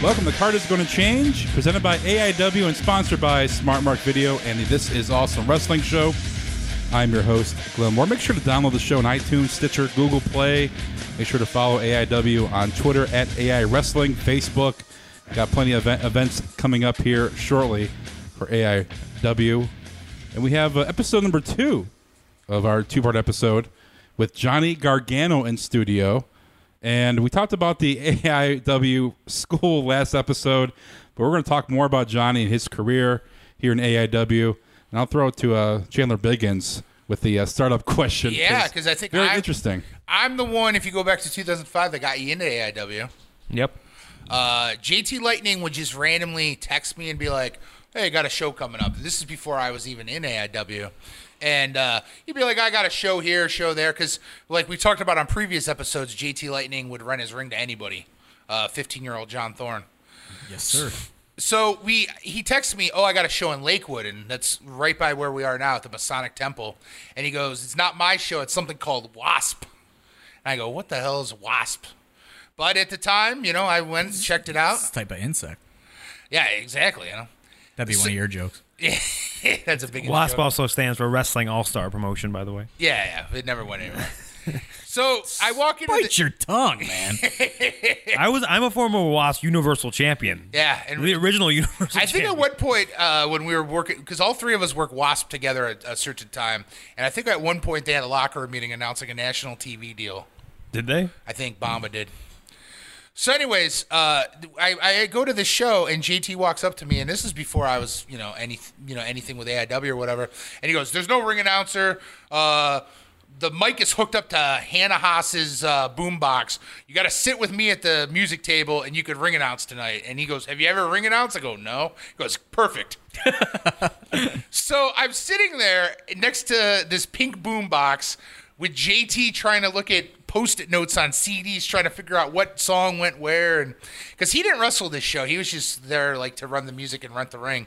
Welcome to Card is Going to Change, presented by AIW and sponsored by Smart Mark Video and the This Is Awesome Wrestling Show. I'm your host, Glenn Moore. Make sure to download the show on iTunes, Stitcher, Google Play. Make sure to follow AIW on Twitter at AI Wrestling, Facebook. Got plenty of event- events coming up here shortly for AIW. And we have uh, episode number two of our two part episode with Johnny Gargano in studio. And we talked about the AIW school last episode, but we're going to talk more about Johnny and his career here in AIW. And I'll throw it to uh, Chandler Biggins with the uh, startup question. Yeah, 'cause I think very I- interesting. I'm the one, if you go back to 2005, that got you into AIW. Yep. Uh, JT Lightning would just randomly text me and be like, hey, I got a show coming up. This is before I was even in AIW. And uh, he'd be like, I got a show here, show there. Because, like we talked about on previous episodes, JT Lightning would rent his ring to anybody, 15 year old John Thorne. Yes, sir. So we he texts me, "Oh, I got a show in Lakewood, and that's right by where we are now at the Masonic Temple." And he goes, "It's not my show. It's something called Wasp." And I go, "What the hell is Wasp?" But at the time, you know, I went and checked it out. It's a type of insect. Yeah, exactly. You know, That'd be one of your jokes. that's a big WASP joke. also stands for Wrestling All Star Promotion, by the way. Yeah, yeah, it never went anywhere. so I walk into Bite the, your tongue, man. I was I'm a former WASP Universal Champion. yeah, and The original Universal I think Champion. at one point uh, when we were working, because all three of us work WASP together at a certain time, and I think at one point they had a locker room meeting announcing a national TV deal. Did Oh, they? I think Bamba did. So, anyways, uh, I, I go to the show and JT walks up to me, and this is before I was, you know, any, you know, anything with AIW or whatever. And he goes, "There's no ring announcer. Uh, the mic is hooked up to Hannah Haas's uh, boombox. You got to sit with me at the music table, and you could ring announce tonight." And he goes, "Have you ever ring announced?" I go, "No." He goes, "Perfect." So I'm sitting there next to this pink boombox with JT trying to look at post-it notes on CDs, trying to figure out what song went where, and because he didn't wrestle this show, he was just there like to run the music and rent the ring.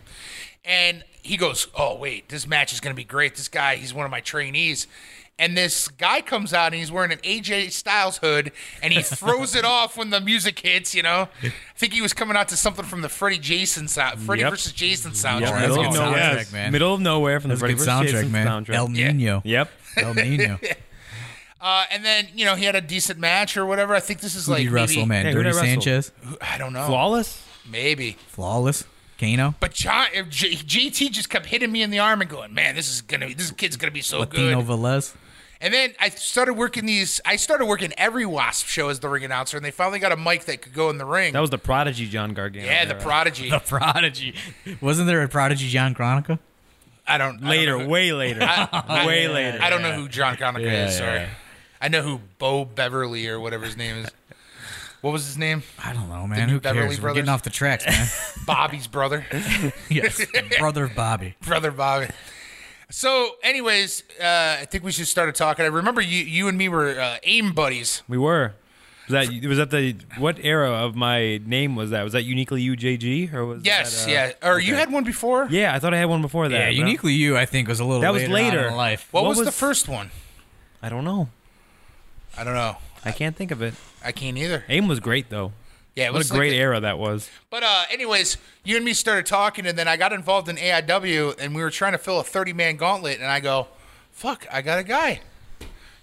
And he goes, "Oh wait, this match is going to be great. This guy, he's one of my trainees." And this guy comes out and he's wearing an AJ Styles hood and he throws it off when the music hits, you know? I think he was coming out to something from the Freddie Jason sound, Freddie Yep. versus Jason soundtrack. Yep. Middle That's a of good nowhere. soundtrack, man. Middle of nowhere from That's a the good Freddy versus soundtrack, man. Jason El soundtrack. Nino. Yep. El Nino. Who Uh, and then you know he had a decent match or whatever. I think this is like do you maybe, wrestle, man? Yeah, who'd I Dirty wrestle? Sanchez? I don't know, Flawless. maybe. Flawless? Kano? But John, if J- JT just kept hitting me in the arm and going, "Man, this is gonna, this kid's gonna be so Latino good." Velez? And then I started working these. I started working every Wasp show as the ring announcer, and they finally got a mic that could go in the ring. That was the prodigy John Gargano. yeah, the era. Prodigy. The Prodigy. Wasn't there a Prodigy John Chronica? I don't later, I don't know way later. I- way who, later. I don't know who John Conacher Yeah, is. Sorry, yeah. I know who Bo Beverly or whatever his name is. What was his name? I don't know, man. new Who cares? Beverly We're Brothers? getting off the tracks, man. Bobby's brother. yes. Brother of Bobby. brother Bobby. So, anyways, uh, I think we should start talking. I remember you, you and me were uh, aim buddies. We were. Was that was that the what era of my name was that? Was that uniquely UJG or was Yes, that, uh, yeah. Or you okay. had one before. yeah? I thought I had one before that. Yeah, but I- Uniquely You, I think, was a little That was later, later. on in life. What, What was, the was- first one? I don't know. I don't know. I can't think of it. I can't either. AIM was great though. Yeah, it What a was like great the- era that was. But uh, anyways, you and me started talking, and then I got involved in AIW, and we were trying to fill a thirty-man gauntlet, and I go, "Fuck, I got a guy,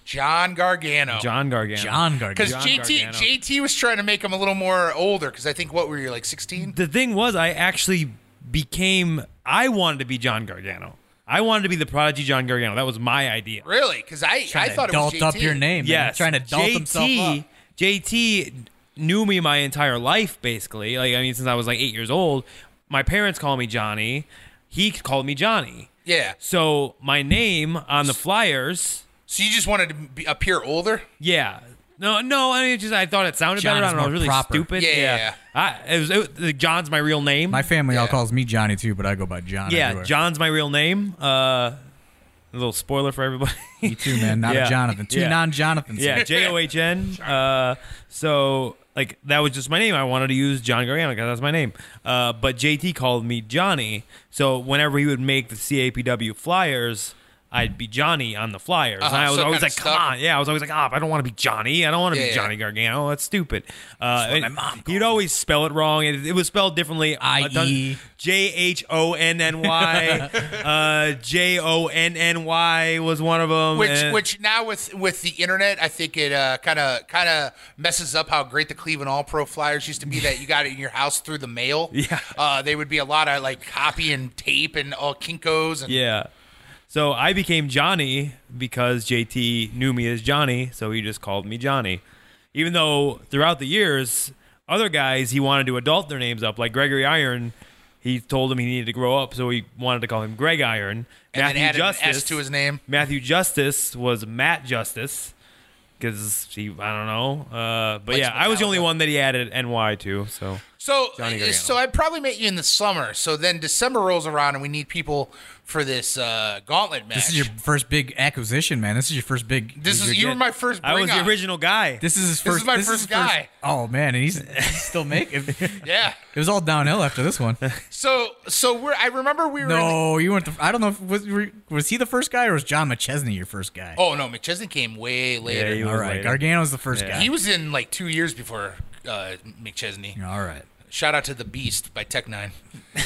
John Gargano." Oh, John Gargano. John Gargano. Because John JT Gargano. JT was trying to make him a little more older. Because I think what were you like sixteen? The thing was, I actually became. I wanted to be John Gargano. I wanted to be the prodigy John Gargano. That was my idea. Really? Because I I Trying to thought it was dolt JT. up your name. Yeah, Yes. trying to dolt himself up. JT knew me my entire life, basically. Like, I mean, since I was like eight years old, my parents called me Johnny. He called me Johnny. Yeah. So my name on the flyers, So you just wanted to be, appear older? yeah. No, no. I mean, it's just I thought it sounded John better. I is don't know. more Really proper. stupid. Yeah, yeah, I, it was, it was- John's my real name. My family all Yeah. calls me Johnny too, but I go by John. yeah, everywhere. John's my real name. Uh, a little spoiler for everybody. You too, man. Not Yeah. a Jonathan. Two Yeah. non-Jonathans. Yeah, here. J O H N. Uh, so like that was just my name. I wanted to use John Gargano because that's my name. Uh, but JT called me Johnny. So whenever he would make the CAPW flyers, I'd be Johnny on the Flyers. Uh-huh, and I was so always kinda like, come stuck. on. Yeah, I was always like, oh, I don't want to be Johnny. I don't want to Yeah, be yeah. Johnny Gargano. That's stupid. Uh, what and my mom he'd called always spell it wrong. It, it was spelled differently. Uh, E. I.E.. J H O N N Y. uh, J O N N Y was one of them. Which, and- which now with with the internet, I think it kind of kind of messes up how great the Cleveland All Pro Flyers used to be. That you got it in your house through the mail. Yeah. uh, they would be a lot of like copy and tape and all kinkos and Yeah. So I became Johnny because JT knew me as Johnny, so he just called me Johnny. Even though throughout the years, other guys he wanted to adult their names up, like Gregory Iron. He told him he needed to grow up, so he wanted to call him Greg Iron. and then added an S to his name. Matthew Justice was Matt Justice because he I don't know, uh, but Like yeah, I was the only Metallica. one that he added NY to. So So, uh, Johnny Gargano. so I probably met you in the summer. So then December rolls around and we need people for this uh, gauntlet match. This is your first big acquisition, man. This is your first big. This is you were my first. Bring I was the on. original guy. This is his This first. is my first guy. oh man, and he's, he's still making. it Yeah. was all downhill after this one. So so we're. I remember we were. in the- No, you went. To, I don't know. If, was were- was he the first guy or was John McChesney your first guy? oh no, McChesney came way later. he he, was all right. later. Gargano's the first guy. was in like two years before uh, McChesney. all right, Shout out to the Beast by Tech Nine.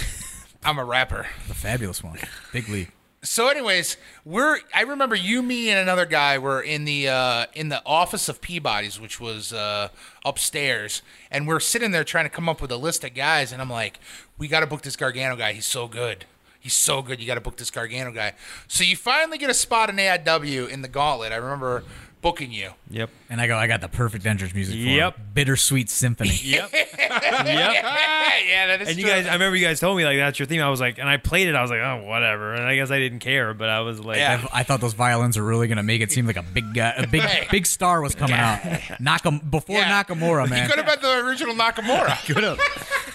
I'm a rapper. the fabulous one, big league. So, anyways, we're. I remember you, me, and another guy were in the uh, in the office of Peabody's, which was uh, upstairs, and we're sitting there trying to come up with a list of guys, and I'm like, we got to book this Gargano guy. He's so good. He's so good. You got to book this Gargano guy. So you finally get a spot in AIW in the Gauntlet. I remember booking you. Yep. And I go, I got the perfect entrance music. for Yep. him. bittersweet symphony. Yep. yep. yeah, that is. And you true. guys, I remember you guys told me like that's your theme. I was like, and I played it. I was like, oh, whatever. And I guess I didn't care, but I was like, Yeah. I- I, I thought those violins were really gonna make it seem like a big guy, a big Hey. big star was coming out. Nakam before Yeah. Nakamura, You man. could have been the original Nakamura. Could have.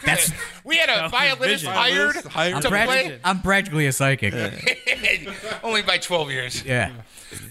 That's. we had a violinist vision. hired, Violinist hired. to I'm play, I'm practically a psychic. only by 12 years. yeah.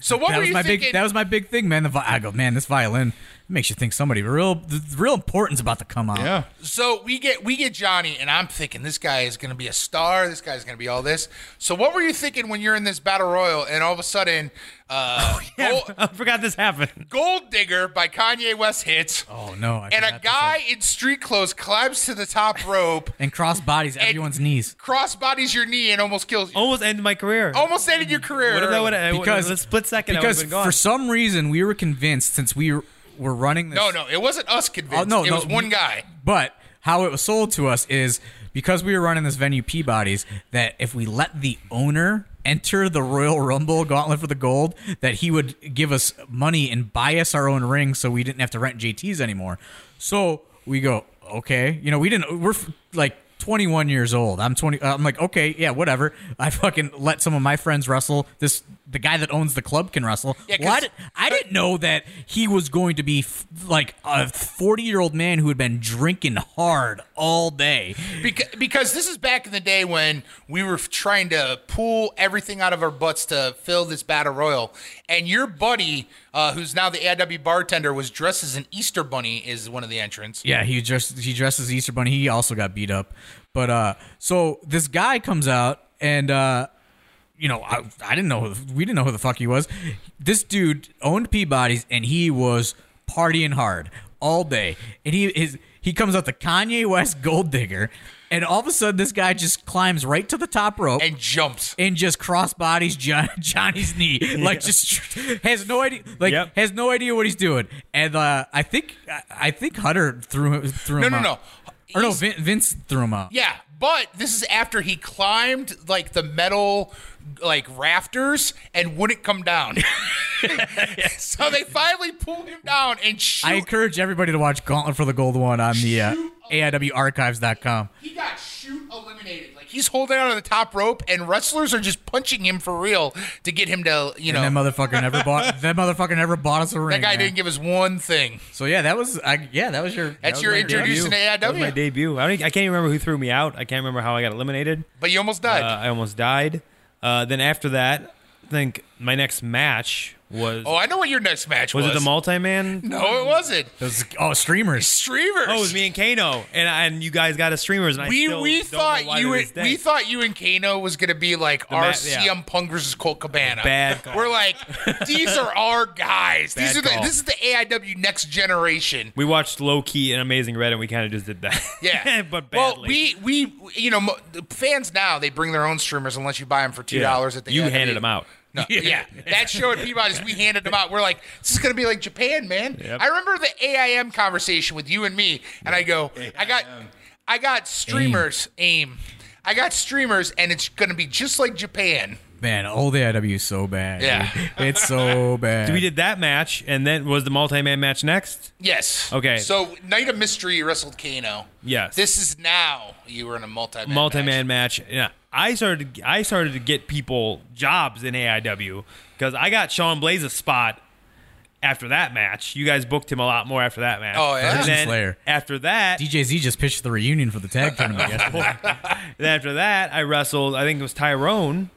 So what that were was you my thinking? big that was my big thing, man. The vi- I go, man, this violin makes you think somebody real the real importance about to come out. Yeah. so we get we get Johnny, and I'm thinking this guy is going to be a star. This guy's going to be all this. So what were you thinking when you're in this battle royal, and all of a sudden, Oh, uh, Gold, I forgot this happened. Gold Digger by Kanye West hits, Oh no. I and a forgot this guy one. in street clothes climbs to the top rope, and cross bodies everyone's knees. crossbodies your knee, and almost kills Oh. you. Almost ended my career. Almost ended your career. what if that would have? Because Because a split second, I because would've been gone. for some reason we were convinced since we were were running this no, no, it wasn't us convinced. Oh, no, it no. was one guy. But how it was sold to us is because we were running this venue Peabody's that if we let the owner enter the Royal Rumble gauntlet for the gold, that he would give us money and buy us our own ring so we didn't have to rent JT's anymore. So we go, okay. You know, we didn't, we're f- like, 21 years old. I'm 20. uh, I'm like, okay, yeah, whatever. I fucking let some of my friends wrestle. This the guy that owns the club can wrestle. Yeah, 'cause- Why did- I didn't know that he was going to be f- like a 40 year old man who had been drinking hard all day. because, because this is back in the day when we were trying to pull everything out of our butts to fill this battle royal. And your buddy, uh, who's now the AW bartender, was dressed as an Easter bunny, is one of the entrants. Yeah, he just he dresses as Easter Bunny. He also got beat up. But uh so this guy comes out and uh you know, I, I didn't know who, we didn't know who the fuck he was. This dude owned Peabody's and he was partying hard all day. And he his he comes out the Kanye West gold digger and all of a sudden this guy just climbs right to the top rope. And jumps. and just crossbodies John, Johnny's knee, like just has no idea, like Yep. has no idea what he's doing. And uh, I think I- I think Hunter threw him- threw No, him no, out. no. or no He's- Vin, Vince threw him out. Yeah, but this is after he climbed like the metal like rafters and wouldn't come down. so they finally pulled him down and shoot. I encourage everybody to watch Gauntlet for the Gold One on the uh, AIWArchives.com. He got shoot eliminated. Like he's holding out on the top rope, and wrestlers are just punching him for real to get him to you know. And that motherfucker never bought. That motherfucker never bought us a that ring. guy man. didn't give us one thing. So yeah, that was. I, yeah, that was your. that That's was your my introducing E debut. to that was my AIW. debut. I don't. e, I can't even remember who threw me out. I can't remember how I got eliminated. but you almost Uh, died. I almost died. Uh, then after that, I think my next match was Oh, I know what your next match was. was it the multi man? No, it wasn't. Those oh streamers. Streamers. Oh, it was me and Kano, and I, and you guys got a streamers. And I we still we don't know why thought you to and, this day. we thought you and Kano was gonna be like our ma- yeah. CM Punk versus Colt Cabana. Bad call. We're like, these are our guys. These Bad are the call. this is the AIW next generation. we watched Low Key and Amazing Red, and we kind of just did that. Yeah, but well, badly. we we you know mo- the fans now they bring their own streamers unless you buy them for two Yeah. dollars at the you AIW. handed them out. No, yeah. that show at Peabody's, we handed them out. We're like, this is gonna be like Japan, man. Yep. I remember the AIM conversation with you and me, and I go, I got, I got streamers aim. I got streamers, and it's gonna be just like Japan. Man, old AIW is so bad. Yeah. dude. It's so bad. We did that match, and then was the multi man match next? Yes. Okay. So Night of Mystery you wrestled Kano. Yes. This is now you were in a multi multi man match. Yeah, I started. I started to get people jobs in AIW because I got Sean Blaze's spot after that match. You guys booked him a lot more after that match. Oh, yeah. And Virgin then Slayer. After that, DJZ just pitched the reunion for the tag tournament yesterday. then after that, I wrestled. I think it was Tyrone.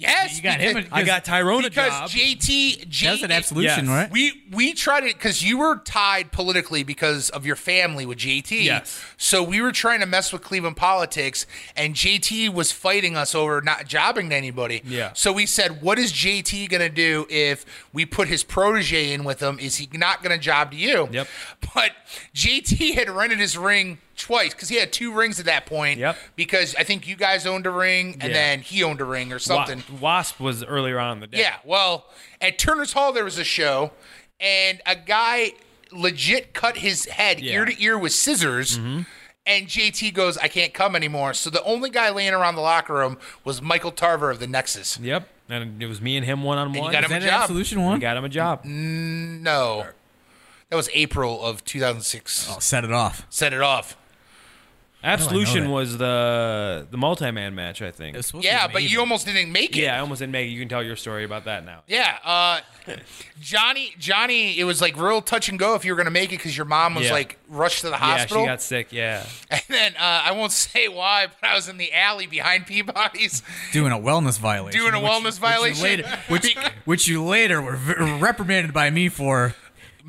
Yes. You got him because- I got Tyrone a because job. JT J- That's an absolution, Yes. right? We we tried it because you were tied politically because of your family with JT. Yes. So we were trying to mess with Cleveland politics, and JT was fighting us over not jobbing to anybody. Yeah. So we said, what is JT gonna do if we put his protege in with him? Is he not gonna job to you? Yep. But JT had rented his ring twice because he had two rings at that point. Yep. Because I think you guys owned a ring and Yeah. then he owned a ring or Wa- something. Wasp was earlier on in the day. Yeah, well, at Turner's Hall there was a show, and a guy legit cut his head Yeah. Mm-hmm. ear to ear with scissors. And JT goes, I can't come anymore. So the only guy laying around the locker room was Michael Tarver of the Nexus. Yep. And it was me and him one on one. got him Is that a an job. absolution one? Got him a job. No, that was April of 2006. Oh. I'll oh, set it off. Set it off. Absolution that? was the the multi man match. I think. It was supposed to be Yeah, but amazing. you almost didn't make it. Yeah, I almost didn't make it. You can tell your story about that now. Yeah, uh, Johnny, Johnny, it was like real touch and go if you were gonna make it because your mom was Yeah. like rushed to the hospital. Yeah, she got sick. Yeah. And then uh, I won't say why, but I was in the alley behind Peabody's doing a wellness violation. doing a which- wellness violation. Which you later, which, Be- which you later were v- reprimanded by me for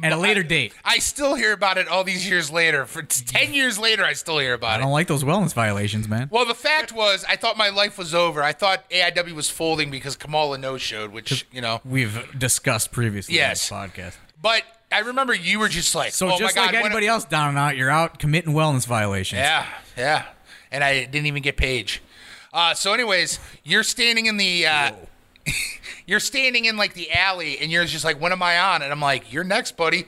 at a later date. I still hear about it all these years later. For t- ten years later, I still hear I about don't it. like those wellness violations, man. Well, the fact was, I thought my life was over. I thought AIW was folding because Kamala no showed, which you know. We've discussed previously Yes. on this podcast. But I remember you were just like, So oh just my God, like what a- anybody else down and out, you're out committing wellness violations. Yeah, yeah. And I didn't even get Paige. Uh, so, anyways, you're standing in the. Uh, You're standing in like the alley, and you're just like, "When am I on?" And I'm like, "You're next, buddy."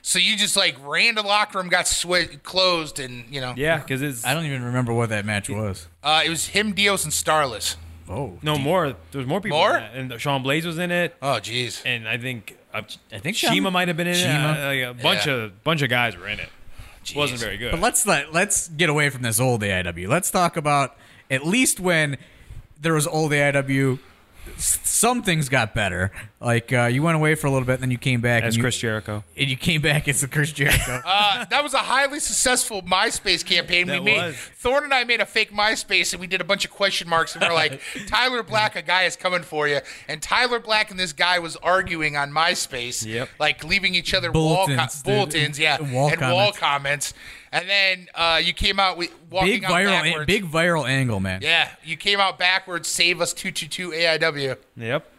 So you just like ran to locker room, got swi- closed, and you know, Yeah, because it's I don't even remember what that match was. uh, it was him, Dios, and Starless. Oh. no more. There's more people. More? in that. And Sean Blaze was in it, Oh, jeez. and I think uh, I think Shima Shawn- might have been in Shima. it. Uh, like a bunch Yeah. of bunch of guys were in it. Wasn't very good. But let's let, let's get away from this old AIW. Let's talk about at least when there was old AIW. s- Some things got better. Like uh, you went away for a little bit, then you came back. As and you, Chris Jericho. and you came back as the Chris Jericho. Uh, that was a highly successful MySpace campaign we That made. was. Thorne and I made a fake MySpace and we did a bunch of question marks and we're like, Tyler Black, a guy is coming for you. And Tyler Black and this guy was arguing on MySpace, Yep. like leaving each other wall co- Bulletins, dude. bulletins, yeah, And wall and wall comments. And then uh, you came out with walking big out viral, eh, backwards. big viral angle, man. yeah, you came out backwards. Save us two two two AIW, Yep.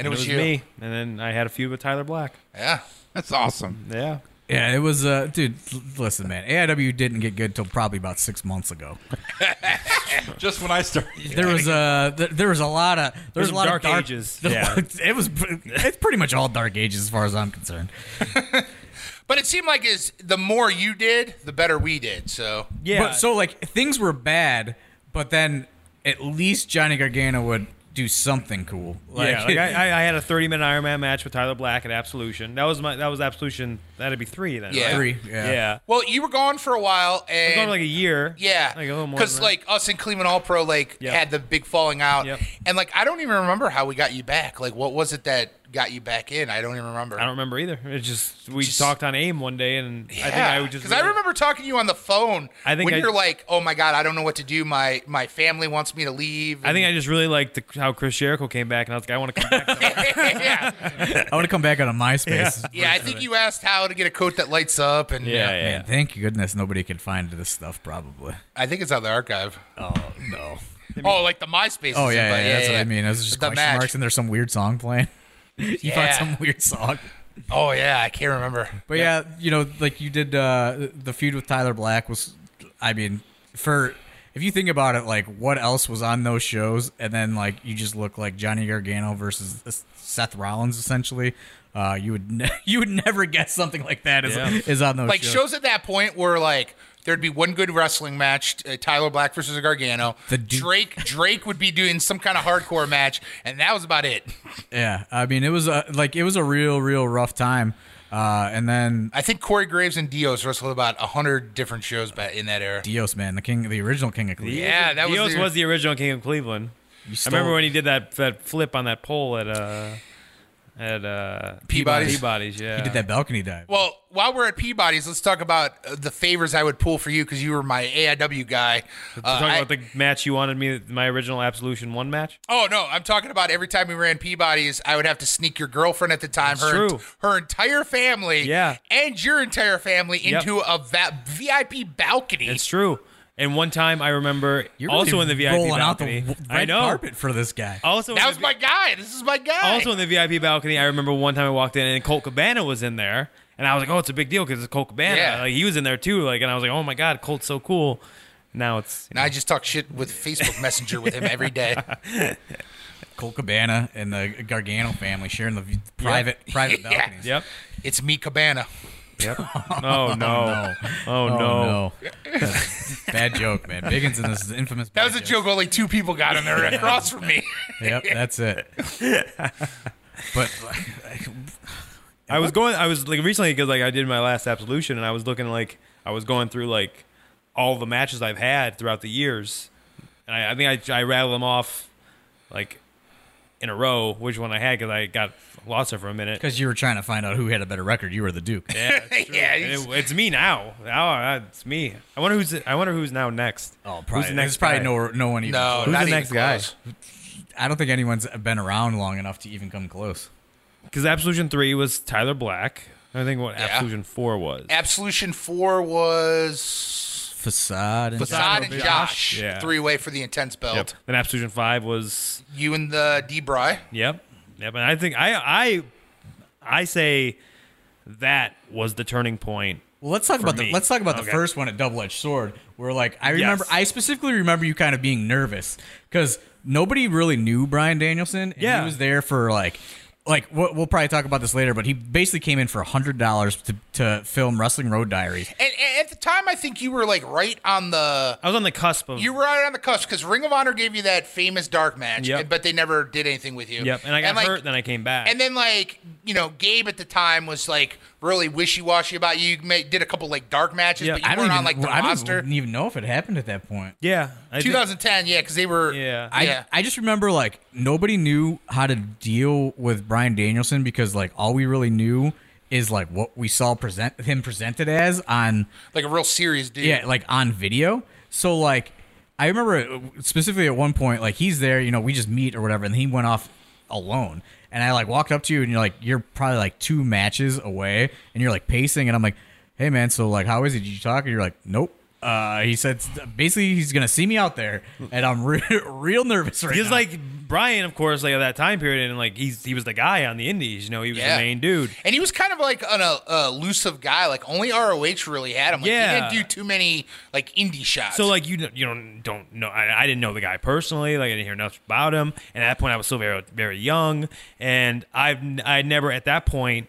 and it was, you. me. And then I had a feud with Tyler Black. Yeah, That's awesome. Yeah. Yeah, it was, uh, dude. l- Listen, man, AIW didn't get good till probably about six months ago. Just when I started. There was uh, th- there was a lot of there was a Some lot dark of dark ages. there Yeah. was- it was pr- it's pretty much all dark ages as far as I'm concerned. but it seemed like is the more you did, the better we did. So Yeah. But so like things were bad, but then at least Johnny Gargano would do something cool. Like, yeah, like I, I- I had a 30 minute Iron Man match with Tyler Black at Absolution. That was my that was Absolution That'd be three then. Yeah. right? Three, yeah. Yeah. Well, you were gone for a while, and Going like a year. yeah, Like a little more. because than that. like us and Cleveland All Pro like Yep. had the big falling out, Yep. and like I don't even remember how we got you back. Like, what was it that got you back in? I don't even remember. I don't remember either. It just we Just- talked on AIM one day, and I think I would just because I really- remember talking to you on the phone. I think when I- you're like, "Oh my god, I don't know what to do. My my family wants me to leave." I think I just really liked the, how Chris Jericho came back, and I was like, I want to come back. to that. yeah, I want to come back out of MySpace. yeah. I think you asked how to get a coat that lights up, and yeah, yeah. Man, thank goodness nobody could find this stuff. Probably. I think it's on the archive. Oh no. oh, like the MySpace. Oh and stuff, yeah, yeah, but that's what I mean. It was just The question match. marks, and there's some weird song playing. you Yeah. found some weird song. Oh yeah, I can't remember. But yeah, you know, like you did uh the feud with Tyler Black was I mean, for if you think about it, like what else was on those shows and then like you just look like Johnny Gargano versus uh, Seth Rollins essentially, uh you would ne- you would never guess something like that is Yeah. is on those like shows. shows at that point were like there'd be one good wrestling match uh, tyler black versus gargano The Duke. drake drake would be doing some kind of hardcore match and that was about it Yeah. I mean, it was a, like it was a real real rough time. Uh and then i think corey graves and dios wrestled about 100 different shows ba- in that era Dios man, the king the original king of Cleveland. yeah that Dios was, the, was the original King of Cleveland. I stole- remember when he did that that flip on that pole at uh at uh Peabody's. Peabody's. Yeah, He did that balcony dive. well while we're at peabody's let's talk about uh, the favors i would pull for you because you were my aiw guy Uh, Talking I- about the match you wanted me, my original Absolution One match. Oh no, I'm talking about every time we ran Peabody's, I would have to sneak your girlfriend at the time, That's her true. her entire family, Yeah. and your entire family Yep. into a va- VIP balcony. It's true. And one time I remember You're really also in the VIP rolling out the balcony. w- I red know. carpet for this guy. Also, in that the was vi- my guy. This is my guy. also in the VIP balcony. I remember one time I walked in and Colt Cabana was in there, and I was like, "Oh, it's a big deal because it's Colt Cabana." Yeah. Like, he was in there too. Like, and I was like, "Oh my god, Colt's so cool." Now it's and I just talk shit with Facebook Messenger with him every day. Cole Cabana and the Gargano family sharing the v- private private Yeah. balconies. yep. It's me, Cabana. Oh no. Oh Oh, no. no. That's a bad joke, man. Biggins and this is infamous. That was a joke only two people got in there across from me. Yep, that's it. But I was going. I was like recently because like I did my last absolution, and I was looking like I was going through like all the matches I've had throughout the years, and I, I think I I rattled them off like in a row which one I had because I got lost it for a minute. because you were trying to find out who had a better record, you were the Duke. yeah, And it's- it- it's me now. Now uh, it's me. I wonder who's. I wonder who's now next. Oh, probably. Who's the There's next probably guy? no no one even. no, close. not the even next guy? close. I don't think anyone's been around long enough to even come close. Because Absolution three was Tyler Black. I think what Absolution four was. Absolution four was Facade. And Facade and Josh, Yeah. three way for the intense belt. Yep. Then Absolution five was You and the D. Bry. Yep. Yep. And I think I I I say that was the turning point. Well, let's talk about the me. let's talk about the Okay. first one at Double Edged Sword, where like I remember, Yes. I specifically remember you kind of being nervous because nobody really knew Brian Danielson. And Yeah. he was there for like, like we'll, we'll probably talk about this later, but he basically came in for hundred dollars to to film Wrestling Road Diaries. And, and at the time, I think you were like right on the I was on the cusp of You were right on the cusp because Ring of Honor gave you that famous dark match, Yep. but they never did anything with you. Yep. And I got like, hurt, then I came back. And then like you know, Gabe at the time was like really wishy washy about you. You ma- did a couple like dark matches, Yeah, but you I weren't don't even, on like the I don't roster. even know if it happened at that point. yeah. I think- 2010, yeah, because they were. Yeah. I, yeah. I just remember like nobody knew how to deal with Brian Danielson because like all we really knew is like what we saw present him presented as on like a real serious dude. Yeah, like on video. So like, I remember uh, specifically at one point, like he's there, you know, we just meet or whatever, and he went off alone. And I like walked up to you, and you're like, you're probably like two matches away, and you're like pacing, and I'm like, hey man, so like, how is it? Did you talk? And you're like, nope. Uh, he said basically he's gonna see me out there, and I'm re- real nervous right Because now. like Brian, of course, like at that time period, and like he's he was the guy on the indies, you know, he was Yeah. the main dude. And he was kind of like an uh, uh, elusive guy. Like only ROH really had him. Like, Yeah. He didn't do too many like indie shots. So like you don't- you don't don't know I, I didn't know the guy personally like I didn't hear enough about him and at that point I was still very very young and I've n- I never at that point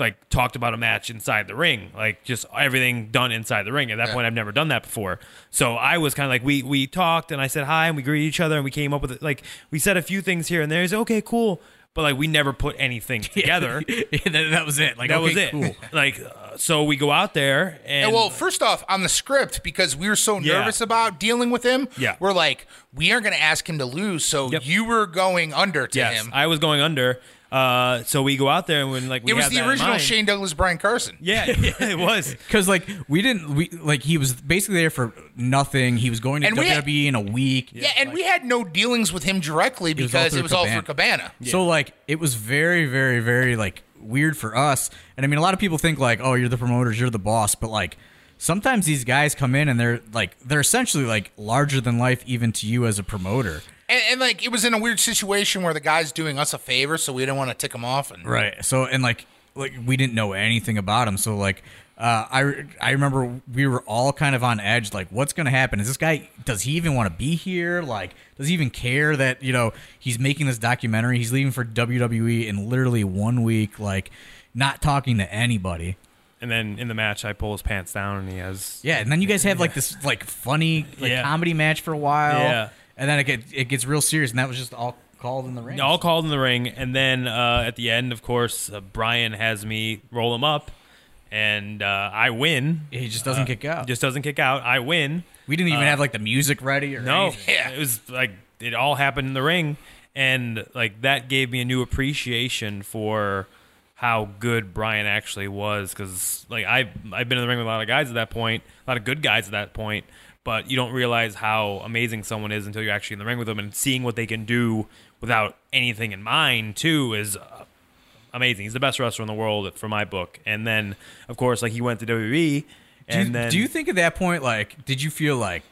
like talked about a match inside the ring like just everything done inside the ring at that Yeah. point I've never done that before so I was kind of like we we talked and I said hi and we greeted each other and we came up with like we said a few things here and there he's okay cool. but like we never put anything together. that, that was it. Like That okay, was it. Cool. Like, uh, so we go out there and, And well, first off, on the script, because we were so Yeah. nervous about dealing with him, Yeah. we're like, we aren't going to ask him to lose. So Yep. you were going under to yes, him. I was going under. Uh, so we go out there and when like we it was have the that in original mind- Shane Douglas, Brian Carson. Yeah, yeah, it was. Because like we didn't we like he was basically there for nothing. He was going to And we- WWE in a week. Yeah, and we had no dealings with him directly was all because through it was all for Cabana. So like it was very very very like weird for us. And I mean a lot of people think like oh you're the promoters you're the boss, but like sometimes these guys come in and they're like they're essentially like larger than life even to you as a promoter. And, and like it was in a weird situation where the guy's doing us a favor, so we didn't want to tick him off. And Right. So and like like we didn't know anything about him. So like uh, I I remember we were all kind of on edge. Like what's gonna happen? Is this guy? Does he even want to be here? Like does he even care that you know he's making this documentary? He's leaving for WWE in literally one week. Like not talking to anybody. And then in the match, I pull his pants down and he has. Yeah, and then you guys have like this like funny like Yeah. comedy match for a while. Yeah. And then it gets it gets real serious, and that was just all called in the ring. All called in the ring, and then uh, at the end, of course, uh, Brian has me roll him up, and uh, I win. He just doesn't kick out. Uh, Just doesn't kick out. I win. we didn't even have like the music ready or No, anything. Yeah. it was like it all happened in the ring, and like that gave me a new appreciation for how good Brian actually was. Because like I I've been in the ring with a lot of guys at that point, a lot of good guys at that point, but you don't realize how amazing someone is until you're actually in the ring with them and seeing what they can do without anything in mind too is. uh, Amazing. He's the best wrestler in the world for my book. And then, of course, like he went to WWE. Do you, And then, do you think at that point, like, did you feel like,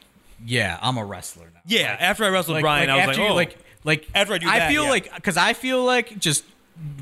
yeah, I'm a wrestler now? yeah, after I wrestled Like, Brian, I was after like, you, oh, like, like After I do that, feel yeah. like because I feel like just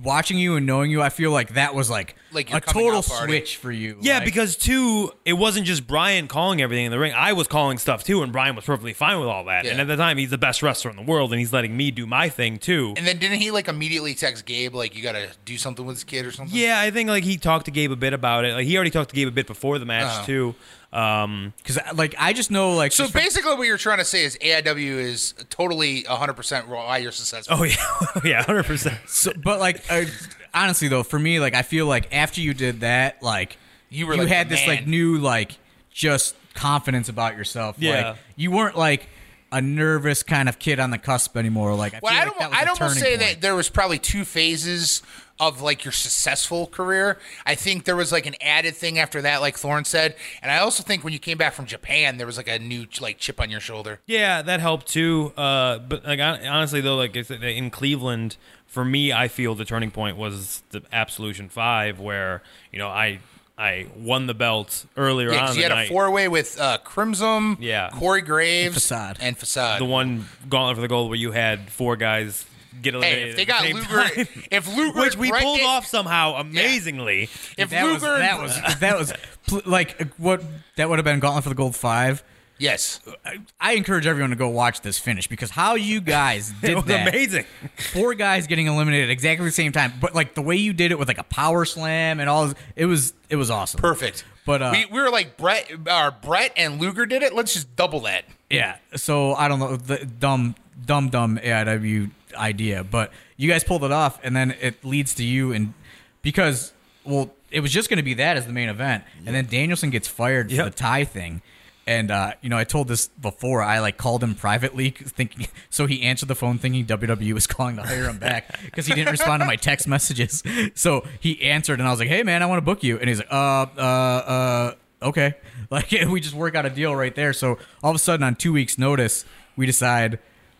watching you and knowing you, I feel like that was like, Like your a coming total out party. switch for you. Yeah, like- because two, it wasn't just Brian calling everything in the ring. I was calling stuff too, and Brian was perfectly fine with all that. Yeah. And at the time, he's the best wrestler in the world, and he's letting me do my thing too. and then didn't he like immediately text Gabe like you got to do something with this kid or something? Yeah, I think like he talked to Gabe a bit about it. Like he already talked to Gabe a bit before the match Oh. too. Um, because like I just know like So just from- basically, what you're trying to say is AIW is totally 100% why you're successful. oh yeah, yeah, hundred percent. so, but like I, honestly though, for me, like I feel like after you did that, like You were, like, had the this like man. new like just confidence about yourself. Yeah. like, you weren't like. A nervous kind of kid on the cusp anymore. Like I Well, feel I like don't. that was I a don't wanna turning say point. that there was probably two phases of like your successful career. I think there was like an added thing after that, like Thorne said, and I also think when you came back from Japan, there was like a new like chip on your shoulder. Yeah, that helped too. Uh, but like hon- honestly though, like I said, in Cleveland, for me, I feel the turning point was the Absolution Five, where you know I I won the belt earlier Yeah, on. in because you the had a night. four way with uh, Crimson, Yeah. Corey Graves, Facade. and Facade. the one gauntlet for the gold where you had four guys get eliminated. hey, if they at the got same Luger, time, if Luger, which we Brett pulled did- off somehow amazingly. if that Luger, was that was that was pl- like what that would have been Gauntlet for the Gold Five. yes, I, I encourage everyone to go watch this finish because how you guys It did was that, amazing. four guys getting eliminated at exactly the same time, but like the way you did it with like a power slam and all, it was it was awesome. perfect. But, uh, we, we were like Brett, uh, Brett and Luger did it. Let's just double that. Yeah. So I don't know the dumb, dumb, dumb AIW idea, but you guys pulled it off, and then it leads to you and because well, it was just going to be that as the main event, and then Danielson gets fired for Yep. the tie thing. And uh, you know, I told this before. I like called him privately, thinking so he answered the phone thinking WWE was calling to hire him back because he didn't respond to my text messages. So he answered, and I was like, "Hey man, I want to book you," and he's like, "Uh, uh, uh, okay." Like we just work out a deal right there. So all of a sudden, on two weeks' notice, we decide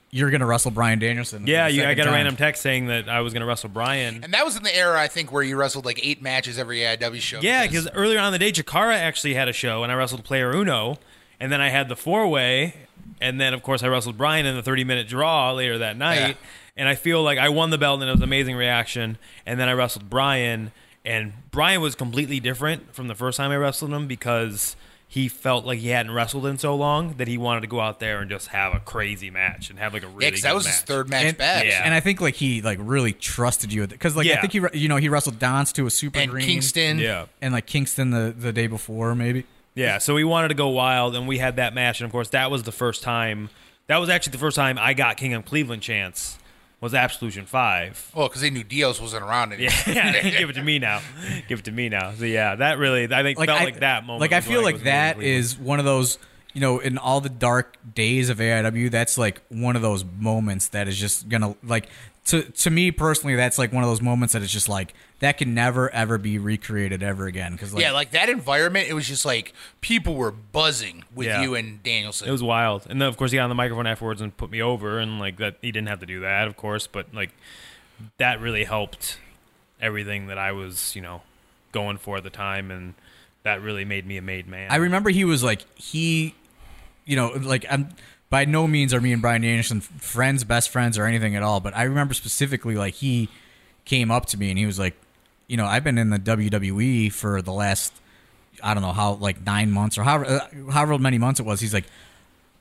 you're gonna wrestle Brian Danielson. Yeah, for the you, I second got a time. random text saying that I was going to wrestle Brian. And that was in the era, I think, where you wrestled like eight matches every AIW show. Yeah, because earlier on in the day, Jakara actually had a show, and I wrestled Player Uno, and then I had the four way, and then of course I wrestled Brian in the thirty minute draw later that night. Yeah. And I feel like I won the belt, and it was an amazing reaction. And then I wrestled Brian, and Brian was completely different from the first time I wrestled him because he felt like he hadn't wrestled in so long that he wanted to go out there and just have a crazy match and have like a really Yeah, 'cause good that was match. his third match and, back. Yeah. and I think like he like really trusted you because like I Yeah. think he re- you know he wrestled Donce to a super And green Kingston. Yeah. and like Kingston the the day before maybe. Yeah, so we wanted to go wild, and we had that match, and of course, that was the first time. That was actually the first time I got King of Cleveland chance was Absolution Five. Well, because they knew Dios wasn't around anymore. Yeah, give it to me now. Give it to me now. So yeah, that really, I think, felt like that moment. Like I was feel when like was moving to that Cleveland. is one of those, you know, in all the dark days of AIW, that's like one of those moments that is just gonna like to to me personally, that's like one of those moments that is just like that can never ever be recreated ever again. Because like, yeah, like that environment, it was just like people were buzzing with Yeah. you and Danielson. It was wild. And then of course he got on the microphone afterwards and put me over and like that he didn't have to do that, of course, but like that really helped everything that I was, you know, going for at the time and that really made me a made man. I remember he was like he, you know, like I'm by no means are me and Brian Anderson friends, best friends, or anything at all. But I remember specifically like he came up to me and he was like, you know, I've been in the WWE for the last I don't know how like nine months or however uh, however many months it was. He's like,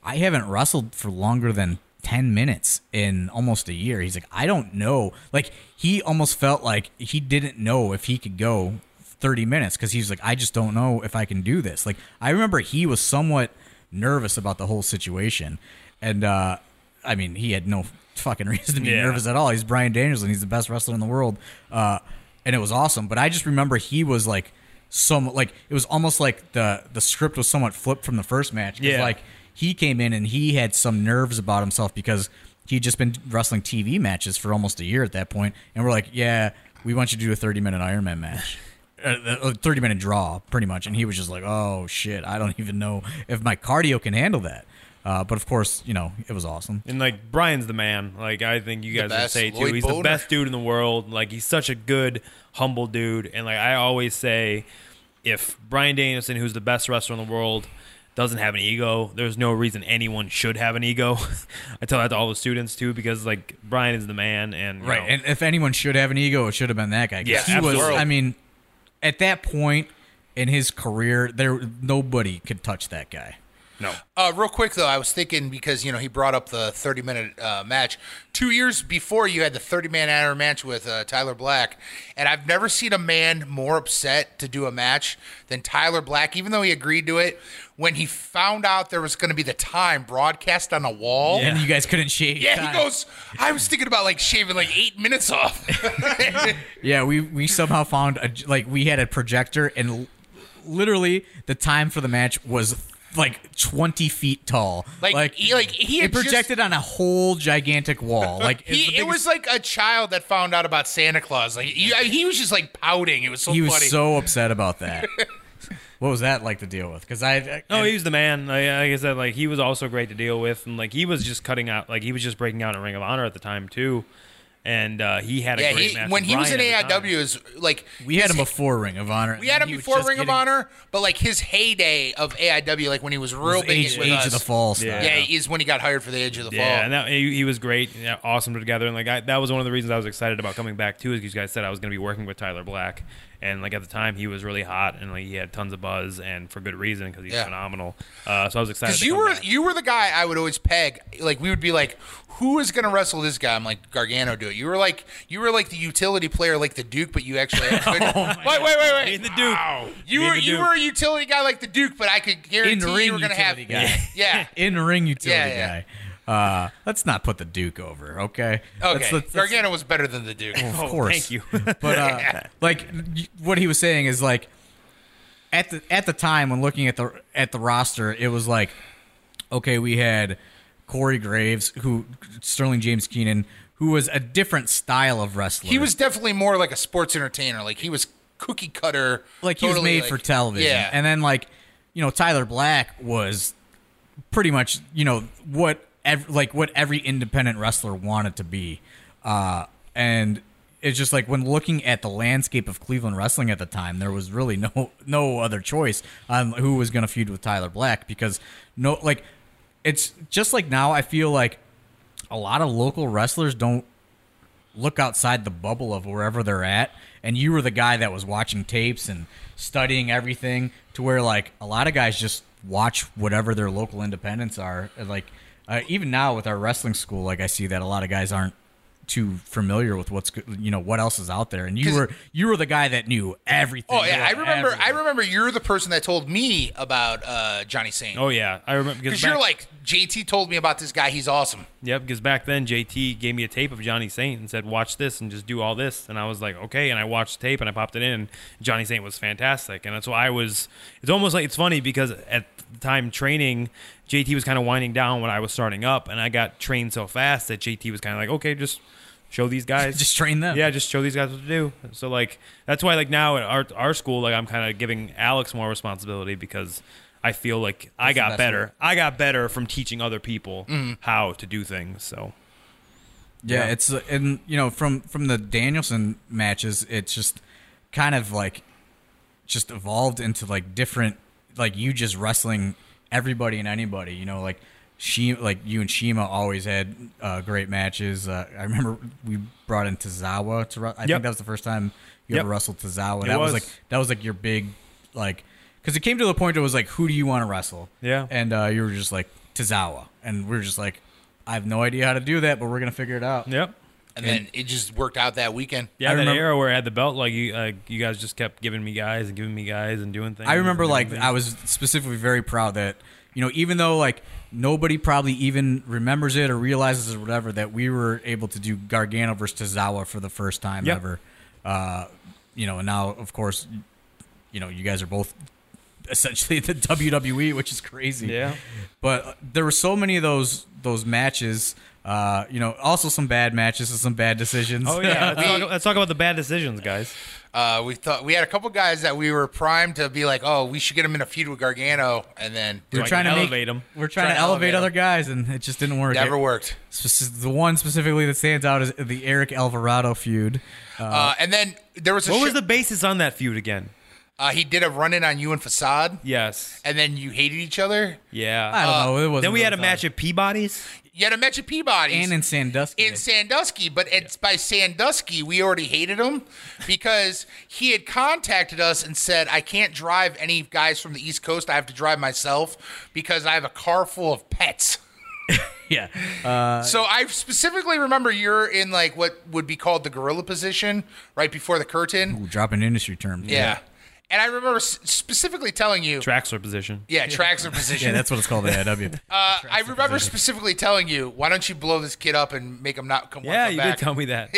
I haven't wrestled for longer than 10 minutes in almost a year. He's like, I don't know. Like, he almost felt like he didn't know if he could go 30 minutes because he's like, I just don't know if I can do this. Like, I remember he was somewhat nervous about the whole situation. And, uh, I mean, he had no fucking reason to be Yeah. nervous at all. He's Brian Danielson. He's the best wrestler in the world. Uh, and it was awesome. But I just remember he was like, some like it was almost like the the script was somewhat flipped from the first match. 'cause, Yeah. like he came in and he had some nerves about himself because he'd just been wrestling TV matches for almost a year at that point, and we're like, yeah, we want you to do a 30 minute Iron Man match. Uh, A a 30 minute draw, pretty much. And he was just like, oh shit, I don't even know if my cardio can handle that. Uh, but of course, you know, it was awesome. and like Brian's the man. Like I think you guys would best. say too. Lloyd he's Boner. the best dude in the world. Like he's such a good, humble dude. And like I always say, if Brian Danielson, who's the best wrestler in the world, doesn't have an ego, there's no reason anyone should have an ego. I tell that to all the students too, because like Brian is the man, and you know, And if anyone should have an ego, it should have been that guy. 'cause Yeah, he was. absolutely. I mean, at that point in his career, there nobody could touch that guy. no, Uh, real quick though, I was thinking because you know he brought up the 30 minute uh, match. Two years before, you had the 30 man hour match with uh, Tyler Black, and I've never seen a man more upset to do a match than Tyler Black, even though he agreed to it when he found out there was going to be the time broadcast on a wall. And you guys couldn't shave. Yeah, time. he goes. I was thinking about like shaving like eight minutes off. Yeah, we we somehow found a, like we had a projector and l- literally the time for the match was like 20 feet tall. Like, he- like, he it had just- projected on a whole gigantic wall. Like it's the he, it biggest- was like a child that found out about Santa Claus. Like he, he was just like pouting. It was so he was funny. so upset about that. what was that like to deal with? Cuz I, I no, he was the man. Like, like I said, like he was also great to deal with, and like he was just cutting out, like he was just breaking out in Ring of Honor at the time too, and uh, he had a yeah, great he, match when with he was in Brian at the time. AIW, is like we had his- him before Ring of Honor. We had him before Ring of Honor, but like his heyday of AIW, like when he was real big Age, with age us, of the Fall style. Yeah, is when he got hired for the Age of the Yeah, Fall. and that, he, he was great, yeah, awesome together, and like I, that was one of the reasons I was excited about coming back too, is 'cause you guys said I was going to be working with Tyler Black, and like at the time he was really hot and like he had tons of buzz and for good reason because he's Yeah. phenomenal. Uh, so I was excited. Because to you come were back. you were the guy I would always peg. Like we would be like, who is gonna wrestle this guy? I'm like Gargano do it. You were like you were like the utility player, like the Duke, but you actually. Oh wait, wait, wait, wait. Me and the Duke. You Me and were the you Duke. were a utility guy like the Duke, but I could guarantee In-ring you were gonna have utility guy. yeah. In ring utility Yeah, yeah. guy. Uh, let's not put the Duke over, okay? Okay, Let's- let's- let's- Gargano was better than the Duke. of Oh, course. thank you. but uh, like y- what he was saying is like at the at the time when looking at the at the roster, it was like okay, we had Corey Graves, who Sterling James Keenan, who was a different style of wrestler. He was definitely more like a sports entertainer. Like he was cookie cutter. like he totally, was made like- for television. Yeah, And then like, you know, Tyler Black was pretty much, you know, what ev- like what every independent wrestler wanted to be. Uh and it's just like when looking at the landscape of Cleveland wrestling at the time, there was really no no other choice on who was going to feud with Tyler Black because no like it's just like now I feel like a lot of local wrestlers don't look outside the bubble of wherever they're at and you were the guy that was watching tapes and studying everything to where like a lot of guys just watch whatever their local independents are And, like uh, even now with our wrestling school like i see that a lot of guys aren't too familiar with what's good, you know what else is out there. And you 'Cause- were you were the guy that knew everything. Oh You yeah, were I remember. I everything. remember you're the person that told me about uh, Johnny Saint. Oh yeah, I remember Because back, you're like JT told me about this guy. He's awesome. yep, because back then JT gave me a tape of Johnny Saint and said, "Watch this and just do all this," and I was like, "Okay," and I watched the tape and I popped it in. Johnny Saint was fantastic, and that's why I was. It's almost like it's funny because at the time training, JT was kind of winding down when I was starting up, and I got trained so fast that JT was kind of like, "Okay, just." Show these guys, Just train them. Yeah, just show these guys what to do. So like that's why like now at our our school, like I'm kind of giving Alex more responsibility because I feel like I That's the got best better. way. Mm. I got better from teaching other people how to do things. So Yeah, Yeah. it's uh, and you know from from the Danielson matches, it's just kind of like just evolved into like different like you just wrestling everybody and anybody. You know, like she like you and Shima always had uh, great matches. Uh, I remember we brought in Tazawa to. Ru- I Yep. think that was the first time you Yep. ever wrestled Tazawa. It that was. was. like that was like your big like because it came to the point where it was like who do you want to wrestle? Yeah. and uh, you were just like Tazawa, and we were just like. I have no idea how to do that, but we're gonna figure it out. yep, And then it just worked out that weekend. yeah. I that remember- era where I had the belt, like you, like you guys just kept giving me guys and giving me guys and doing things. I remember and doing like things. I was specifically very proud that you know even though like nobody probably even remembers it or realizes or whatever that we were able to do Gargano versus Tozawa for the first time Yep. ever. Uh, you know, and now of course, you know you guys are both essentially the WWE, which is crazy. Yeah. But there were so many of those those matches. Uh, you know, also some bad matches and some bad decisions. Oh yeah, let's, We- talk, let's talk about the bad decisions, guys. Uh, we thought we had a couple guys that we were primed to be like, oh, we should get him in a feud with Gargano, and then we're I trying to can make- elevate 'em. We're trying, to elevate, other guys, and it just didn't work. never It- worked. Spec- the one specifically that stands out is the Eric Alvarado feud. Uh, and then there was a What was sh- the basis on that feud again? uh, he did a run in on you and Facade, Yes, and then you hated each other. yeah. I don't Uh, know. It wasn't then we really had a thought match at Peabody's. You had a match at Peabody's and in Sandusky. in Sandusky, but it's by Sandusky we already hated him because he had contacted us and said, "I can't drive any guys from the East Coast. I have to drive myself because I have a car full of pets." yeah, so I specifically remember you're in like what would be called the gorilla position right before the curtain. Ooh, dropping industry terms. yeah. and I remember s- specifically telling you, Traxler position. yeah, tracks are position. yeah, that's what it's called. The AW. uh, I remember specifically telling you, why don't you blow this kid up and make him not come? wanna Yeah, come you back? did tell me that.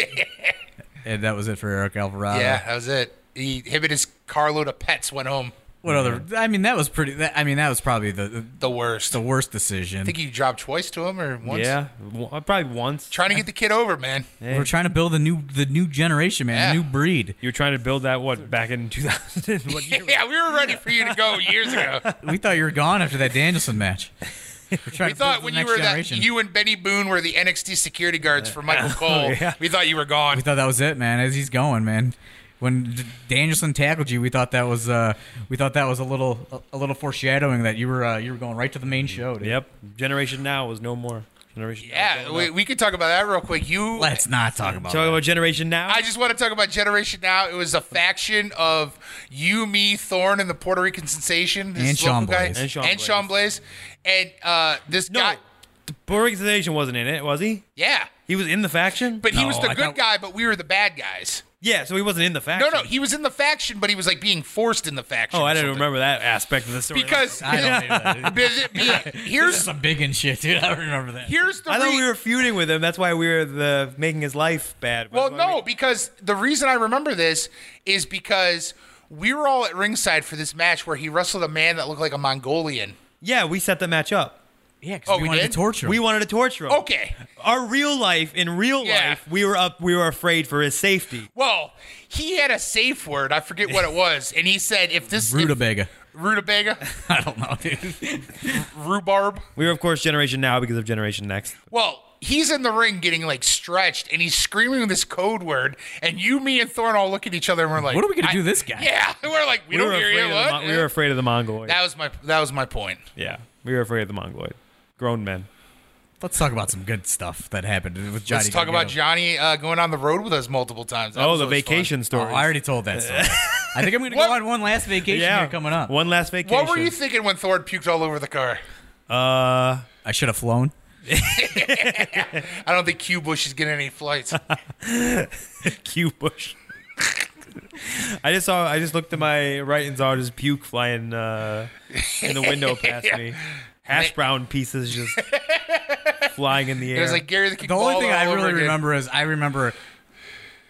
and that was it for Eric Alvarado. Yeah, that was it. He, him and his carload of pets went home. What other? I mean, that was pretty. That, I mean, that was probably the The worst. the I worst decision. think you dropped twice to him or once. Yeah, w- uh, probably once. Trying to get the kid over, man. We're trying to build a new the new generation, man, Yeah. a new breed. You were trying to build that what back in 2000? What year? Yeah, we were ready for you to go years ago. We thought you were gone after that Danielson match. We're trying We to build thought the when you next were that, generation. you and Benny Boone were the NXT security guards for Michael Cole. yeah. We thought you were gone. We thought that was it, man. As he's going, man. When D- Danielson tackled you, we thought that was uh, we thought that was a little a- a little foreshadowing that you were uh, you were going right to the main show. Dude. Yep. Generation Now was no more. Generation Yeah, Now. we, we could talk about that real quick. You, Let's not talk about Talking it. about Generation Now? I just want to talk about Generation Now. It was a faction of you, me, Thorn, and the Puerto Rican sensation. This And local Shawn guy, Blaze. And Shawn and Shawn Blaze, and uh, this no. guy. The Boring Sensation wasn't in it, was he? Yeah, He was in the faction? But he was No, the I good thought- guy, but we were the bad guys. Yeah, so he wasn't in the No, faction. no, he was in the faction, but he was like being forced in the faction. Oh, I or didn't something. remember that aspect of the story. Because I don't remember that. dude. This is here's Some big and shit, dude. I don't remember that. here's the I thought re- we were feuding with him. That's why we were the making his life bad. well, no, because the reason I remember this is because we were all at ringside for this match where he wrestled a man that looked like a Mongolian. Yeah, we set the match up. yeah, 'cause Oh, we, we wanted did? to torture. We him. wanted to torture him. Okay. Our real life, in real Yeah. life, we were up. We were afraid for his safety. Well, he had a safe word. I forget what it was, and he said, "If this rutabaga. if, rutabaga, I don't know, dude. rhubarb." We were, of course, Generation Now because of Generation Next. Well, he's in the ring getting like stretched and he's screaming this code word. And you, me, and Thorn all look at each other and we're like, What are we gonna I- do this guy? Yeah, we're like, we, We don't were, hear afraid you. of the, What? Mon- we were afraid of the Mongoloid. that was my that was my point. Yeah, we were afraid of the mongoloid. Grown men. Let's talk about some good stuff that happened with Johnny. Let's talk about Gargano. Johnny uh, going on the road with us multiple times. That Oh, was the always fun. vacation story. Oh, I already told that story. I think I'm gonna What? go on one last vacation yeah, here coming up. One last vacation. What were you thinking when Thorn puked all over the car? uh, I should have flown. I don't think Q Bush is getting any flights. Q Bush. I just saw. I just looked to my right and saw just puke flying uh, in the window past me. Hash brown pieces just flying in the air. It was like Gary the King The only thing Baldwin all I over really again. remember is I remember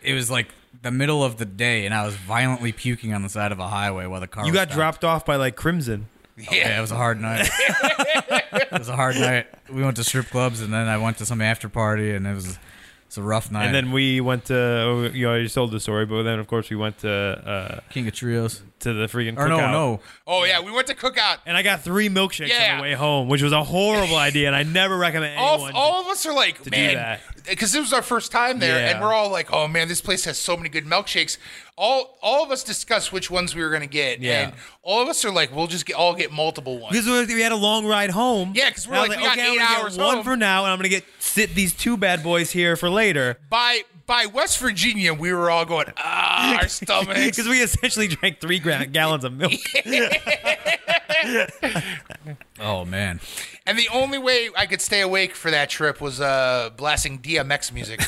it was like the middle of the day, and I was violently puking on the side of a highway while the car. you was got stopped. dropped off by like crimson. Yeah. Yeah, it was a hard night. it was a hard night. We went to strip clubs, and then I went to some after party, and it was it's a rough night. And then we went to, oh, you know, I just told the story, but then of course we went to uh, King of Trios. to the freaking Or no, cookout. no. Oh yeah, we went to cookout. And I got three milkshakes on Yeah. the way home, which was a horrible idea, and I never recommend All, anyone. all of us are like, do man, that. because it was our first time there, Yeah. and we're all like, oh man, this place has so many good milkshakes. All all of us discussed which ones we were gonna get, Yeah. and all of us are like, we'll just get all get multiple ones. because we- we had a long ride home. Yeah, 'cause we're And I was like, we got I'm eight gonna get hours One home. for now, and I'm gonna get sit these two bad boys here for later. By by West Virginia, we were all going, ah, our stomachs. Because we essentially drank three gra- gallons of milk. Oh man, And the only way I could stay awake for that trip was uh, blasting DMX music.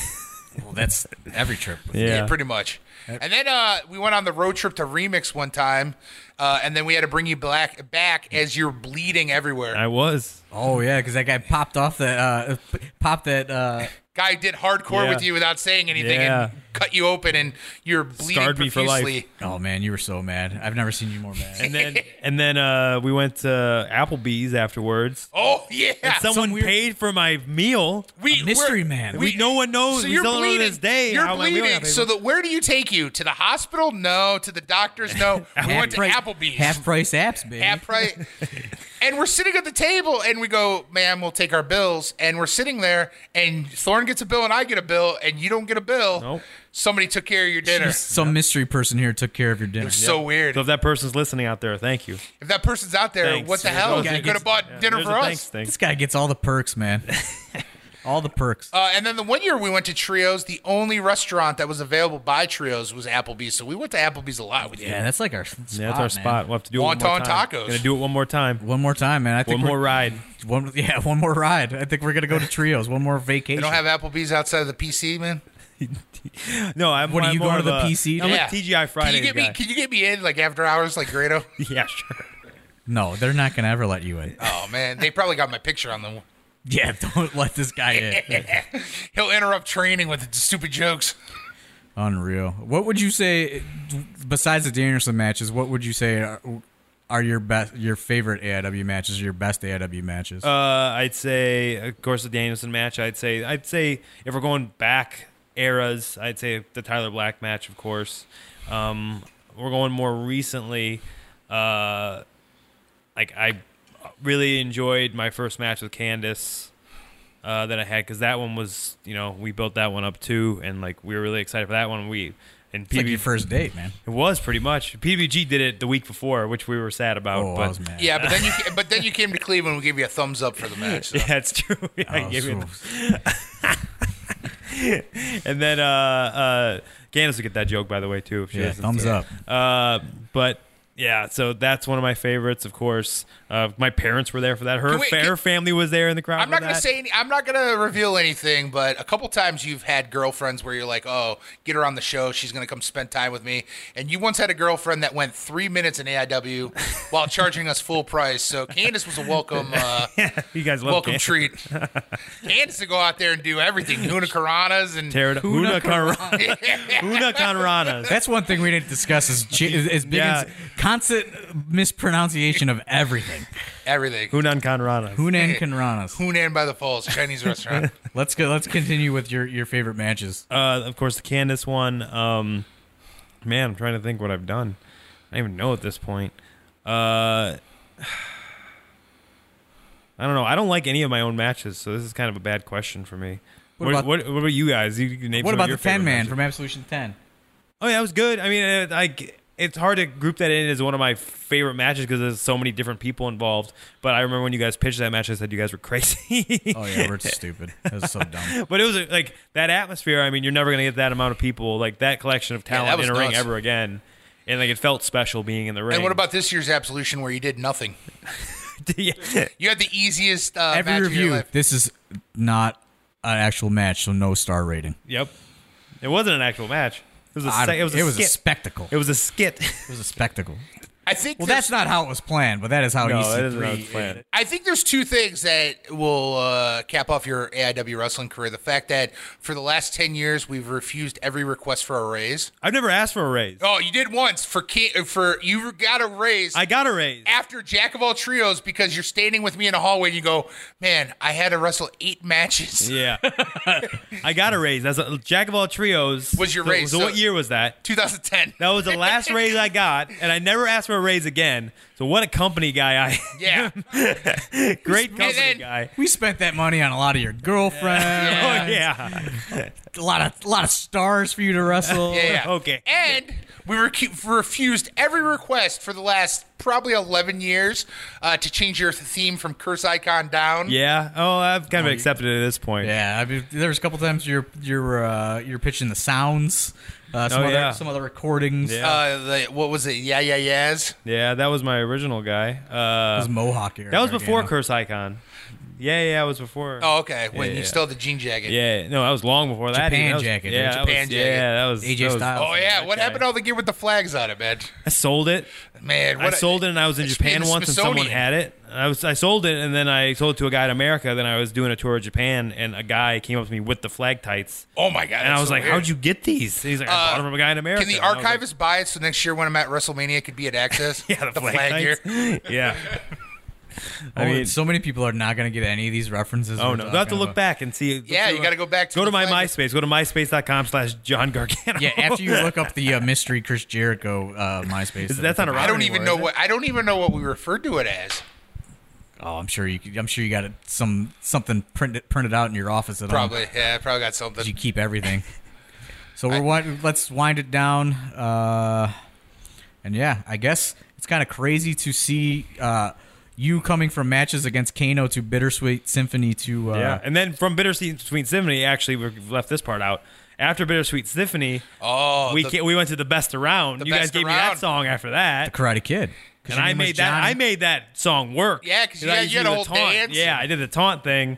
well that's every trip. Yeah, pretty much. And then uh, we went on the road trip to Remix one time, uh, and then we had to bring you black back as you're bleeding everywhere. I was. Oh yeah, because that guy popped off that uh, p- popped that. Uh, Guy did hardcore Yeah. with you without saying anything Yeah. and cut you open, and you're bleeding Scarred me for profusely. life. oh man, you were so mad. I've never seen you more mad. And then and then uh, we went to Applebee's afterwards. Oh yeah, Someone weird- paid for my meal. we A mystery we're- man. We, no one knows. So we you're still bleeding. don't know to this day. You're how my meal got bleeding. paid So for. the, where do you take you? To the hospital? No. To the doctors? No. we went to Half price- Applebee's. Half price apps, baby. half price. and we're sitting at the table, and we go, "Ma'am, we'll take our bills." And we're sitting there, and Thorne gets a bill, and I get a bill, and you don't get a bill. Nope. Somebody took care of your dinner. Some mystery person here took care of your dinner. So weird. So if that person's listening out there, thank you. If that person's out there, Thanks. what the There's hell? a You thanks. could have bought Yeah, dinner there's for a us. Thanks, This thing. guy gets all the perks, man. all the perks. Uh, and then the one year we went to Trios, the only restaurant that was available by Trios was Applebee's. So we went to Applebee's a lot with yeah, you. that's like our spot, Yeah, that's our man. spot. We'll have to do it one more Wonton time. tacos. Gonna do it one more time. One more time, man. I think One more we're- ride. One, yeah, one more ride. I think we're gonna go to trios. One more vacation. They don't have Applebee's outside of the PC, man. No, I'm. What, are I'm you more going to of the a- PC? I'm Yeah. a TGI Can Friday you get guy. me? Can you get me in like after hours, like Grado? yeah, sure. no, they're not gonna ever let you in. oh man, they probably got my picture on them. Yeah, don't let this guy in. He'll interrupt training with stupid jokes. Unreal. What would you say besides the Danielson matches? What would you say are, are your best, your favorite AIW matches, your best AIW matches? Uh, I'd say, of course, the Danielson match. I'd say, I'd say, if we're going back eras, I'd say the Tyler Black match, of course. Um, we're going more recently. Uh, like I really enjoyed my first match with Candace uh, that I had because that one was, you know, we built that one up too, and like we were really excited for that one. We and it's like PB your first date, man. it was pretty much PBG did it the week before, which we were sad about. Oh, but I was mad. Yeah, but then you but then you came to Cleveland. We gave you a thumbs up for the match. so. yeah, that's true. Yeah, I I was gave it Oh, so- the- And then uh, uh, Candace will get that joke, by the way, too. If she Yeah, doesn't. thumbs up. Uh, but yeah, so that's one of my favorites, of course. Uh, my parents were there for that. Her, Can we- fa- can- her family was there in the crowd. I'm for not gonna that. say any, I'm not gonna reveal anything, but a couple times you've had girlfriends where you're like, "Oh, get her on the show. She's gonna come spend time with me." And you once had a girlfriend that went three minutes in AIW while charging us full price. So Candace was a welcome, uh, you guys love welcome Candace. treat. Candace to go out there and do everything, Huna Karanas and Tear it up. Una Carana. Una Carana. That's one thing we didn't discuss is, J- is, is Biggins' Yeah. constant mispronunciation of everything. everything. Hunan Conrana. Hunan Canranas. Hunan by the Falls Chinese restaurant. Let's go. Let's continue with your, your favorite matches. Uh, of course, the Candace one. Um, man, I'm trying to think what I've done. I don't even know at this point. Uh, I don't know. I don't like any of my own matches, so this is kind of a bad question for me. What What about- about, what, what about you guys? You can name What some of about your the Ten favorite Man matches. from Absolution Ten? Oh yeah, it was good. I mean, it, I it's hard to group that in as one of my favorite matches because there's so many different people involved. But I remember when you guys pitched that match, I said you guys were crazy. Oh yeah, we're stupid. That was so dumb. But it was uh, like that atmosphere. I mean, you're never gonna get that amount of people, like that collection of that talent was in a ring nuts. ever again. And like it felt special being in the ring. and what about this year's Absolution where you did nothing? yeah. You had the easiest uh, match Every of your review, life. this is not an actual match, so no star rating. Yep. It wasn't an actual match. It was a, I se- don't- it was a it was skit. a spectacle. it was a skit. It was a spectacle. I think Well, there's- that's not how it was planned, but that is how no, that EC3. isn't how it's planned. I think there's two things that will uh, cap off your AIW wrestling career. The fact that for the last 10 years, we've refused every request for a raise. I've never asked for a raise. Oh, you did once for ki- for you got a raise I got a raise. after Jack of all trios because you're standing with me in a hallway and you go, man, I had to wrestle eight matches. Yeah, I got a raise. That's a, Jack of all trios. Was your So- raise, So, so- what year was that? 2010. That was the last raise I got, and I never asked for a raise again. So what a company guy I, Yeah. great company then- guy. We spent that money on a lot of your girlfriends, Oh yeah, a lot of a lot of stars for you to wrestle. Yeah, yeah. Okay. And we recu- refused every request for the last probably 11 years uh, to change your theme from Curse Icon down. yeah. Oh, I've kind of accepted it at this point. Yeah, I mean, there was a couple times you're you're uh, you're pitching the sounds, uh, some Oh, other yeah. some other recordings. Yeah. Uh, the, what was it? Yeah, yeah, yeahs. Yeah, that was my original guy. It Uh, was Mohawk era. that was before Gargano. Curse Icon. Yeah, yeah, it was before. Oh, okay. When Yeah, you yeah. still had the jean jacket. Yeah, no, that was long before that. Japan even. That was- jacket, Yeah, dude. that was- Japan jacket. Yeah, that was AJ that was- Styles. Oh yeah, what Okay. happened to all the gear with the flags on it, man? I sold it. Man, what I sold it, and I was in It's Japan in the once, and someone Smithsonian. had it. I was I sold it, and then I sold it to a guy in America. Then I was doing a tour of Japan, and a guy came up to me with the flag tights, Oh my god! and that's I was so like, weird. "How'd you get these?" And he's like, "I Uh, bought them from a guy in America." Can the And I was like, archivist buy it so next year when I'm at WrestleMania could be at Access? yeah, the, flag, tights. yeah. I Oh, mean, so many people are not going to get any of these references. oh we're no, they'll have to talking look about. back and see. Yeah, you gotta go back to the go to my flag. MySpace. Go to myspace.com/slash John Gargano. Yeah, after you look up the uh, mystery Chris Jericho uh, MySpace, Is- that's not a I don't Anymore, even is know it? what I don't even know what we referred to it as. Oh, I'm sure you. could- I'm sure you got it, some something printed printed out in your office at home. Probably, Um, yeah, I probably got You something. keep everything. So we're wi- let's wind it down. Uh, and yeah, I guess it's kind of crazy to see uh, you coming from matches against Kano to Bittersweet Symphony to uh, Yeah, and then from Bittersweet Sweet Symphony, actually, we left this part out. After Bittersweet Symphony, Oh, we the- ca- we went to the best around. The you guys Best gave me Around. that song after that, Karate Kid. 'Cause and your I name was made that Johnny. I made that song work. Yeah, 'cause you I had- used you had to a do whole the taunt. dance. Yeah, I did the taunt thing.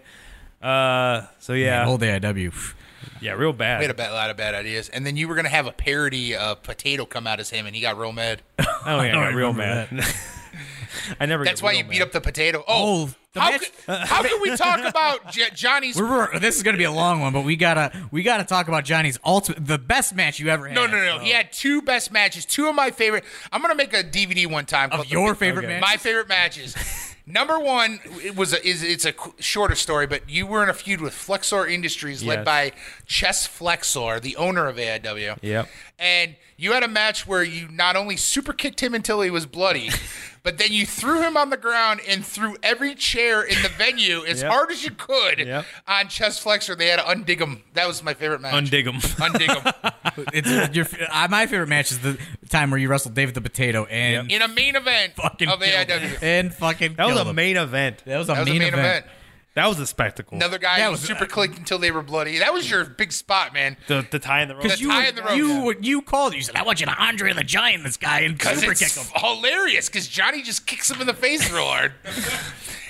Uh, so yeah, Old AIW. yeah, real bad. we had a ba- lot of bad ideas, and then you were gonna have a parody of Potato come out as him, and he got real mad. Oh, I don't think I I got real mad. remember I never. That's get why real you beat mad. up the potato. Oh, Oh, the how, match- could, how could we talk about J- Johnny's? We're, we're- this is gonna be a long one, but we gotta we gotta talk about Johnny's ultimate the best match you ever had. No, no, no. Oh. He had two best matches, two of my favorite. I'm gonna make a DVD one time Of called The your Big- favorite Okay. match. My favorite matches. Number one, it was a, is it's a qu- shorter story, but you were in a feud with Flexor Industries, led Yes. by Chess Flexor, the owner of AIW. Yep. And you had a match where you not only super kicked him until he was bloody, but then you threw him on the ground and threw every chair in the venue as Yep. hard as you could Yep. on Chess Flexor. They had to undig him. That was my favorite match. Undig 'em. Undig him. it's your, uh, my favorite match is the time where you wrestled David the Potato and in a main event fucking of killed AIW. him. and fucking That was killed a him. main event. That was a That was main, a main event. That was a spectacle. Another guy That who was- super clicked until they were bloody. That was your big spot, man. the, the tie in the rope. The Because you, tie in the rope. you, you called. You said, "I want you to Andre the Giant this guy and Because super it's kick him." hilarious. Because Johnny just kicks him in the face real hard.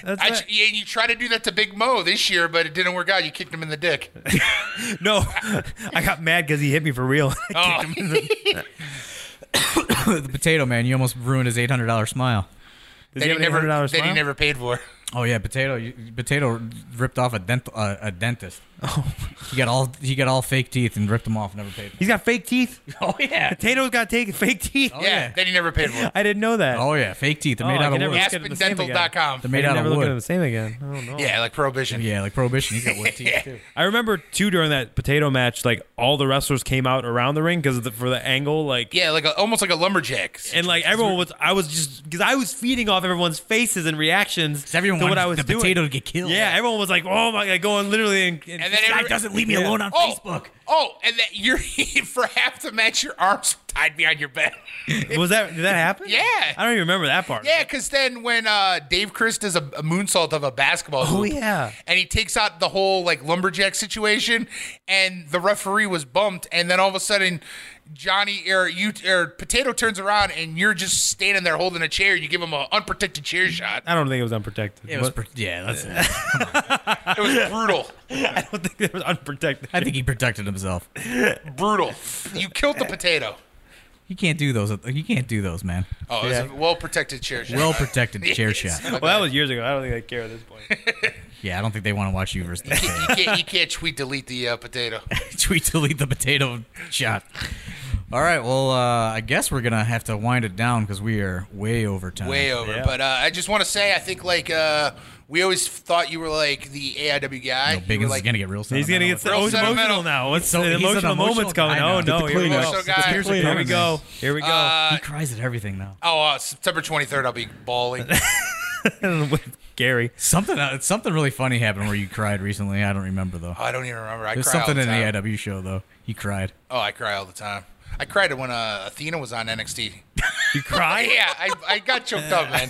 That's I, it. and you try to do that to Big Mo this year, but it didn't work out. You kicked him in the dick. no, I got mad because he hit me for real. Oh. the potato man, you almost ruined his eight hundred dollar smile. Does that he he have never an $800 that he smile? never paid for. Oh yeah, potato. You, potato ripped off a dental uh, a dentist. Oh, he got all he got all fake teeth and ripped them off. Never paid. He's got fake teeth. Oh yeah. Potatoes got take, fake teeth. Oh, yeah, yeah. that he never paid for. I didn't know that. Oh yeah, fake teeth. They're Oh, made I can out of never wood. look at it the same again. AspenDental.com. They're made I out never of look at him wood. the same again. I don't know. Yeah, like Prohibition. Yeah, like prohibition. He's got wood teeth too. I remember too during that potato match, like all the wrestlers came out around the ring because for the angle, like Yeah, like a, almost like a lumberjack. and like everyone was. I was just because I was feeding off everyone's faces and reactions 'Cause everyone to what wanted I was the doing. potato to get killed. Yeah, everyone was like, "Oh my god," going literally and, And and, then This guy every- doesn't leave me Yeah. alone on oh, Facebook. Oh, and that you're for half the match, your arms were tied behind your back. was that did that happen? Yeah. I don't even remember that part. Yeah, because then when uh, Dave Chris does a, a moonsault of a basketball, Oh, hoop, yeah. and he takes out the whole like lumberjack situation, and the referee was bumped, and then all of a sudden, Johnny or you or Potato turns around and you're just standing there holding a chair. You give him an unprotected chair shot. I don't think it was unprotected. It was What- pro- yeah. That's it. It was brutal, I don't think it was unprotected. I think he protected himself. brutal. You killed the potato. You can't do those. You can't do those, man. Oh, it was a well protected chair shot. Well protected chair shot. Well, that was years ago. I don't think they care at this point. Yeah, I don't think they want to watch you versus the You potato. can't, you can't, you can't tweet delete the uh, potato. Tweet delete the potato shot. All right. Well, uh, I guess we're gonna have to wind it down because we are way over time. way over. Yeah. But uh, I just want to say, I think like uh, we always thought you were like the AIW guy. You know, You Biggins were, is like, gonna get real. He's gonna get sentimental. so oh, he's sentimental. emotional now. What's so- the he's an emotional emotional moment's guy coming? now. Oh no! Get the Here we Kleenex. Get go. the Here we Kleenex. go. Here we go. Uh, he cries at everything now. oh, uh, September 23rd, I'll be bawling. Oh, With Gary. Something uh, something really funny happened where you cried recently. I don't remember though. I don't even remember. I There's cry something all in the the time. AIW show though. He cried. Oh, I cry all the time. I cried when uh, Athena was on NXT. You cry? Yeah, I, I got choked up, man.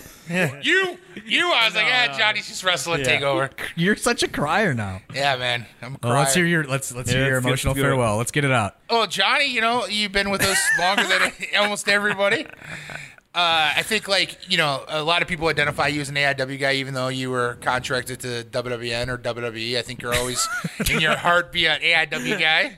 You, you, I was like, ah, Johnny's just wrestling, Yeah. take over. You're such a crier now. Yeah, man, I'm Well, crying. let's hear your let's let's Yeah, hear your let's get- emotional let's do it. farewell. Let's get it out. Well, Oh, Johnny, you know, you've been with us longer than almost everybody. Uh, I think, like, you know, a lot of people identify you as an AIW guy, even though you were contracted to WWN or WWE. I think you're always in your heart be an AIW guy.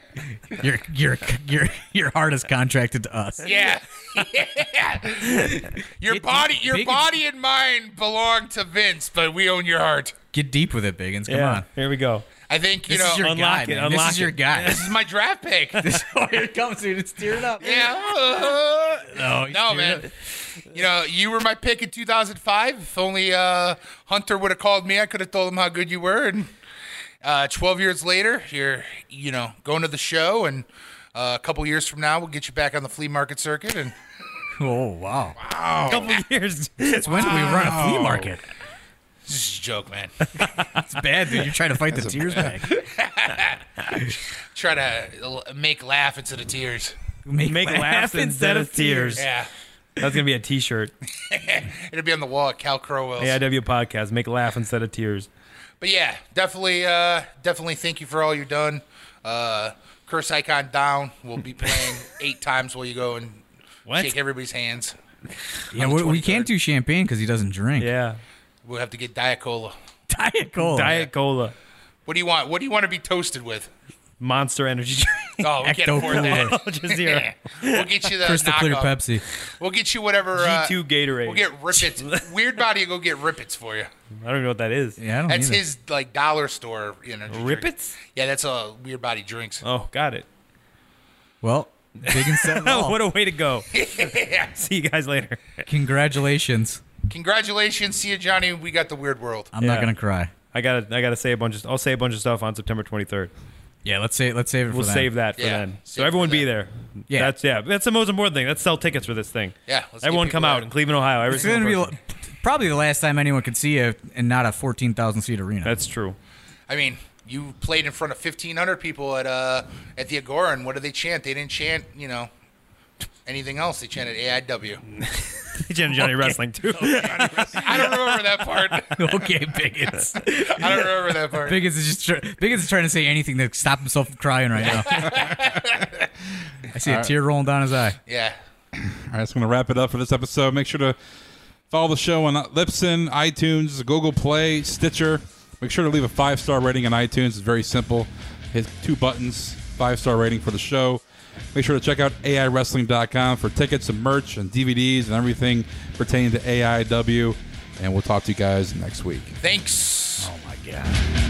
Your your your your heart is contracted to us. Yeah. yeah. Your body your big- body and mind belong to Vince, but we own your heart. Get deep with it, Biggins. Come Yeah. on. Here we go. I think, you This is know, your unlock guy. it, man. unlock this is your it. guy. this is my draft pick. This- oh, here it comes, dude. It's tearing up. Yeah. No, he's No, tearing man. up. You know, you were my pick in 2005. If only uh, Hunter would have called me, I could have told him how good you were. And uh, 12 years later, you're, you know, going to the show. And uh, a couple years from now, we'll get you back on the flea market circuit. And Oh wow. A couple years. Since when did we run a flea market? this is a joke, man. It's bad, dude. You're trying to fight the tears back. Try to l- make laugh instead of tears. Make laughs instead of tears. Yeah. That's gonna be a T-shirt. It'll be on the wall at Cal Crowell's. AIW podcast. Make laugh instead of tears. But yeah, definitely, uh, definitely. Thank you for all you've done. Uh, Curse Icon down. We'll be playing eight times while you go and What? shake everybody's hands. Yeah, On the we, we 23rd. can't do champagne because he doesn't drink. Yeah. We'll have to get Diet Cola. Diet cola. Diet cola. What do you want? What do you want to be toasted with? Monster energy drink. Oh, we can't Ecto afford that. Al Jazeera. we'll get you the Crystal knockoff. clear Pepsi. We'll get you whatever. Uh, G2 Gatorade. We'll get Rippets. Weird Body will go get Rippets for you. I don't even know what that is. Oh, Yeah, I don't That's either. his like dollar store energy. drink. Rippets? Yeah, that's a Weird Body drinks. Oh, got it. Well, Biggins said it Oh. all. what a way to go. See you guys later. Congratulations. Congratulations, see you, Johnny. We got the Weird World. I'm not Yeah. gonna cry. I gotta I gotta say a bunch of I'll say a bunch of stuff on September 23rd. Yeah, let's save let's save it We'll for that. save that for Yeah, then. save it So for everyone be then. there. Yeah. that's yeah. That's the most important thing. Let's sell tickets for this thing. Yeah, let's get everyone people come out there. in Cleveland, Ohio. Every It's single gonna be person. l- probably the last time anyone could see you in not a fourteen thousand seat arena. That's true. I mean, you played in front of 1,500 people at uh at the Agora, and what did they chant? They didn't chant, you know, anything else. They chanted AIW. Jen and Johnny wrestling too. Oh, I don't remember that part. okay, Biggins. I don't remember that part. Biggins is just tr- Biggins is trying to say anything to stop himself from crying right now. I see a tear rolling down his eye. Yeah. All right, that's going to wrap it up for this episode. Make sure to follow the show on Lipson, iTunes, Google Play, Stitcher. Make sure to leave a five star rating on iTunes. It's very simple. Hit two buttons, five star rating for the show. Make sure to check out AIWrestling.com for tickets and merch and DVDs and everything pertaining to AIW. And we'll talk to you guys next week. Thanks. Oh my god.